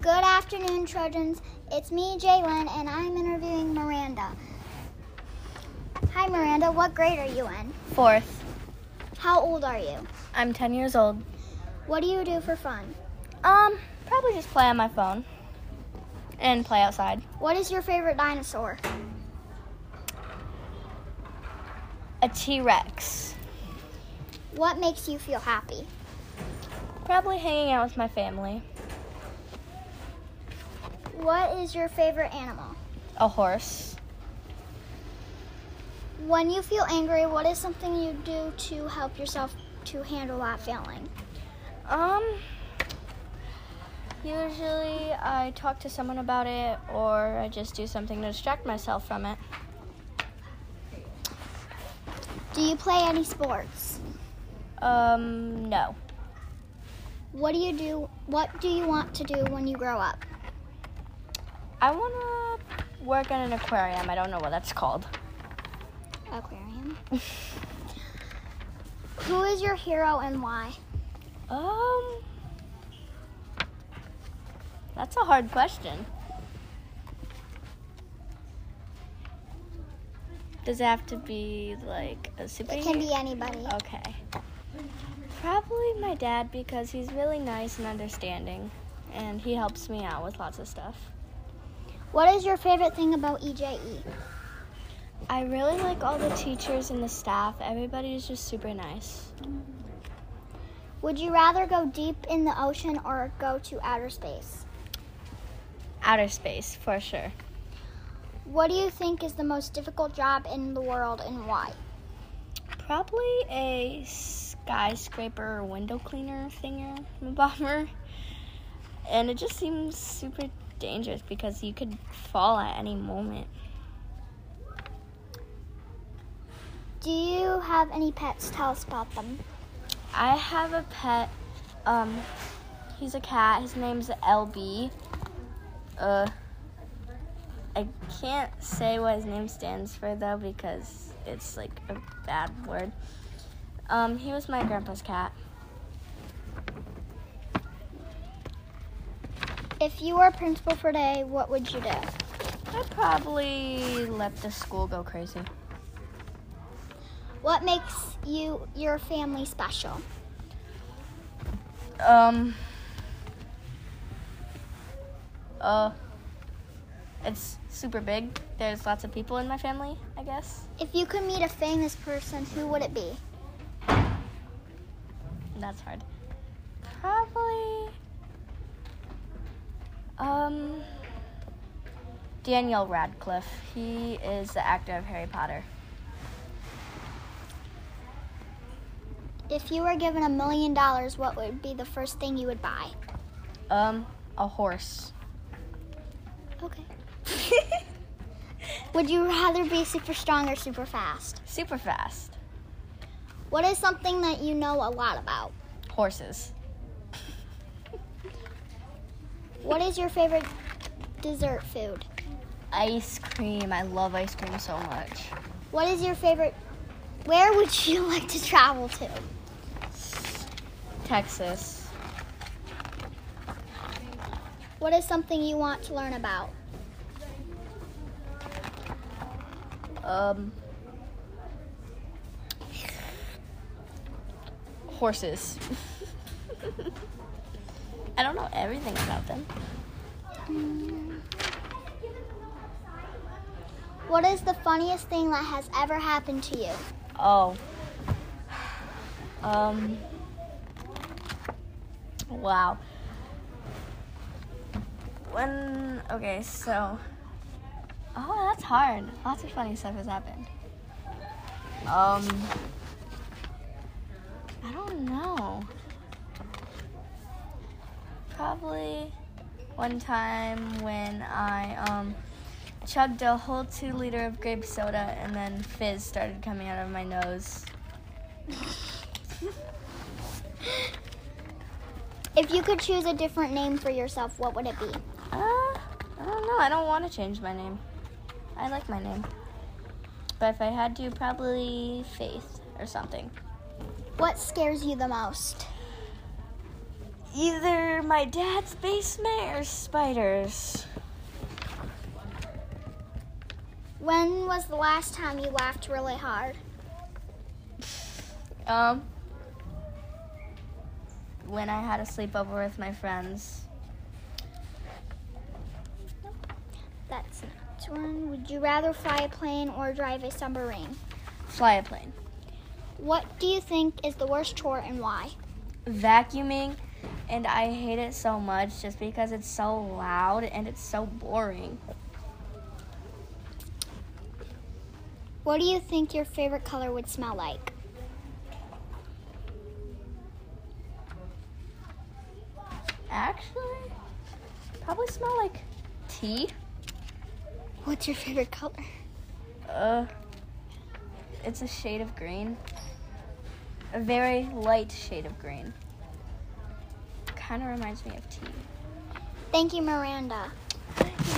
Good afternoon, Trojans. It's me, Jalen, and I'm interviewing Miranda. Hi, Miranda. What grade are you in? Fourth, How old are you? I'm 10 years old. What do you do for fun? Um, probably just play on my phone and play outside. What is your favorite dinosaur? A T Rex. What makes you feel happy? Probably hanging out with my family. What is your favorite animal? A horse. When you feel angry, what is something you do to help yourself to handle that feeling? Um, usually I talk to someone about it or I just do something to distract myself from it. Do you play any sports? Um, no. What do you do? What do you want to do when you grow up? I want to work on an aquarium. I don't know what that's called. Aquarium. Who is your hero and why? Um, that's a hard question. Does it have to be like a superhero? It can be anybody. Okay. Probably my dad because he's really nice and understanding, and he helps me out with lots of stuff. What is your favorite thing about E EJE? I really like all the teachers and the staff. Everybody is just super nice. Would you rather go deep in the ocean or go to outer space? Outer space, for sure. What do you think is the most difficult job in the world and why? Probably a skyscraper window cleaner thinger bomber. And it just seems super dangerous because you could fall at any moment. Do you have any pets? Tell us about them. I have a pet. Um, he's a cat. His name's LB. Uh, I can't say what his name stands for though because it's like a bad word. Um, he was my grandpa's cat. If you were principal for a day, what would you do? I'd probably let the school go crazy. What makes you your family special? Um. Uh. It's super big. There's lots of people in my family, I guess. If you could meet a famous person, who would it be? That's hard. Probably. Um. Daniel Radcliffe. He is the actor of Harry Potter. If you were given a million dollars, what would be the first thing you would buy? Um, a horse. Okay. Would you rather be super strong or super fast? super fast. What is something that you know a lot about? Horses. What is your favorite dessert food? Ice cream. I love ice cream so much. What is your favorite? Where would you like to travel to? Texas. What is something you want to learn about? Um, horses. I don't know everything about them. What is the funniest thing that has ever happened to you? Oh. Um. Wow. When okay, so. Oh, that's hard. Lots of funny stuff has happened. Um. I don't know. Probably one time when I um chugged a whole two liter of grape soda and then fizz started coming out of my nose. If you could choose a different name for yourself, what would it be? Uh, I don't know. I don't want to change my name. I like my name. But if I had to, probably Faith or something. What scares you the most? either my dad's basement or spiders. When was the last time you laughed really hard? Um, when I had a sleepover with my friends, That's not one. Would you rather fly a plane or drive a submarine? fly a plane, What do you think is the worst chore and why? vacuuming, and I hate it so much just because it's so loud and it's so boring. What do you think your favorite color would smell like? Actually, probably smell like tea. What's your favorite color? Uh, it's a shade of green, a very light shade of green. Kind of reminds me of tea. Thank you, Miranda.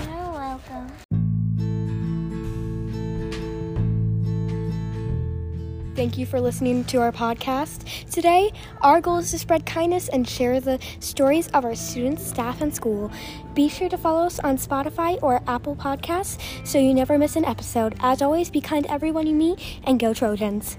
You're welcome. Thank you for listening to our podcast. Today, our goal is to spread kindness and share the stories of our students, staff, and school. Be sure to follow us on Spotify or Apple Podcasts so you never miss an episode. As always, be kind to everyone you meet and go Trojans.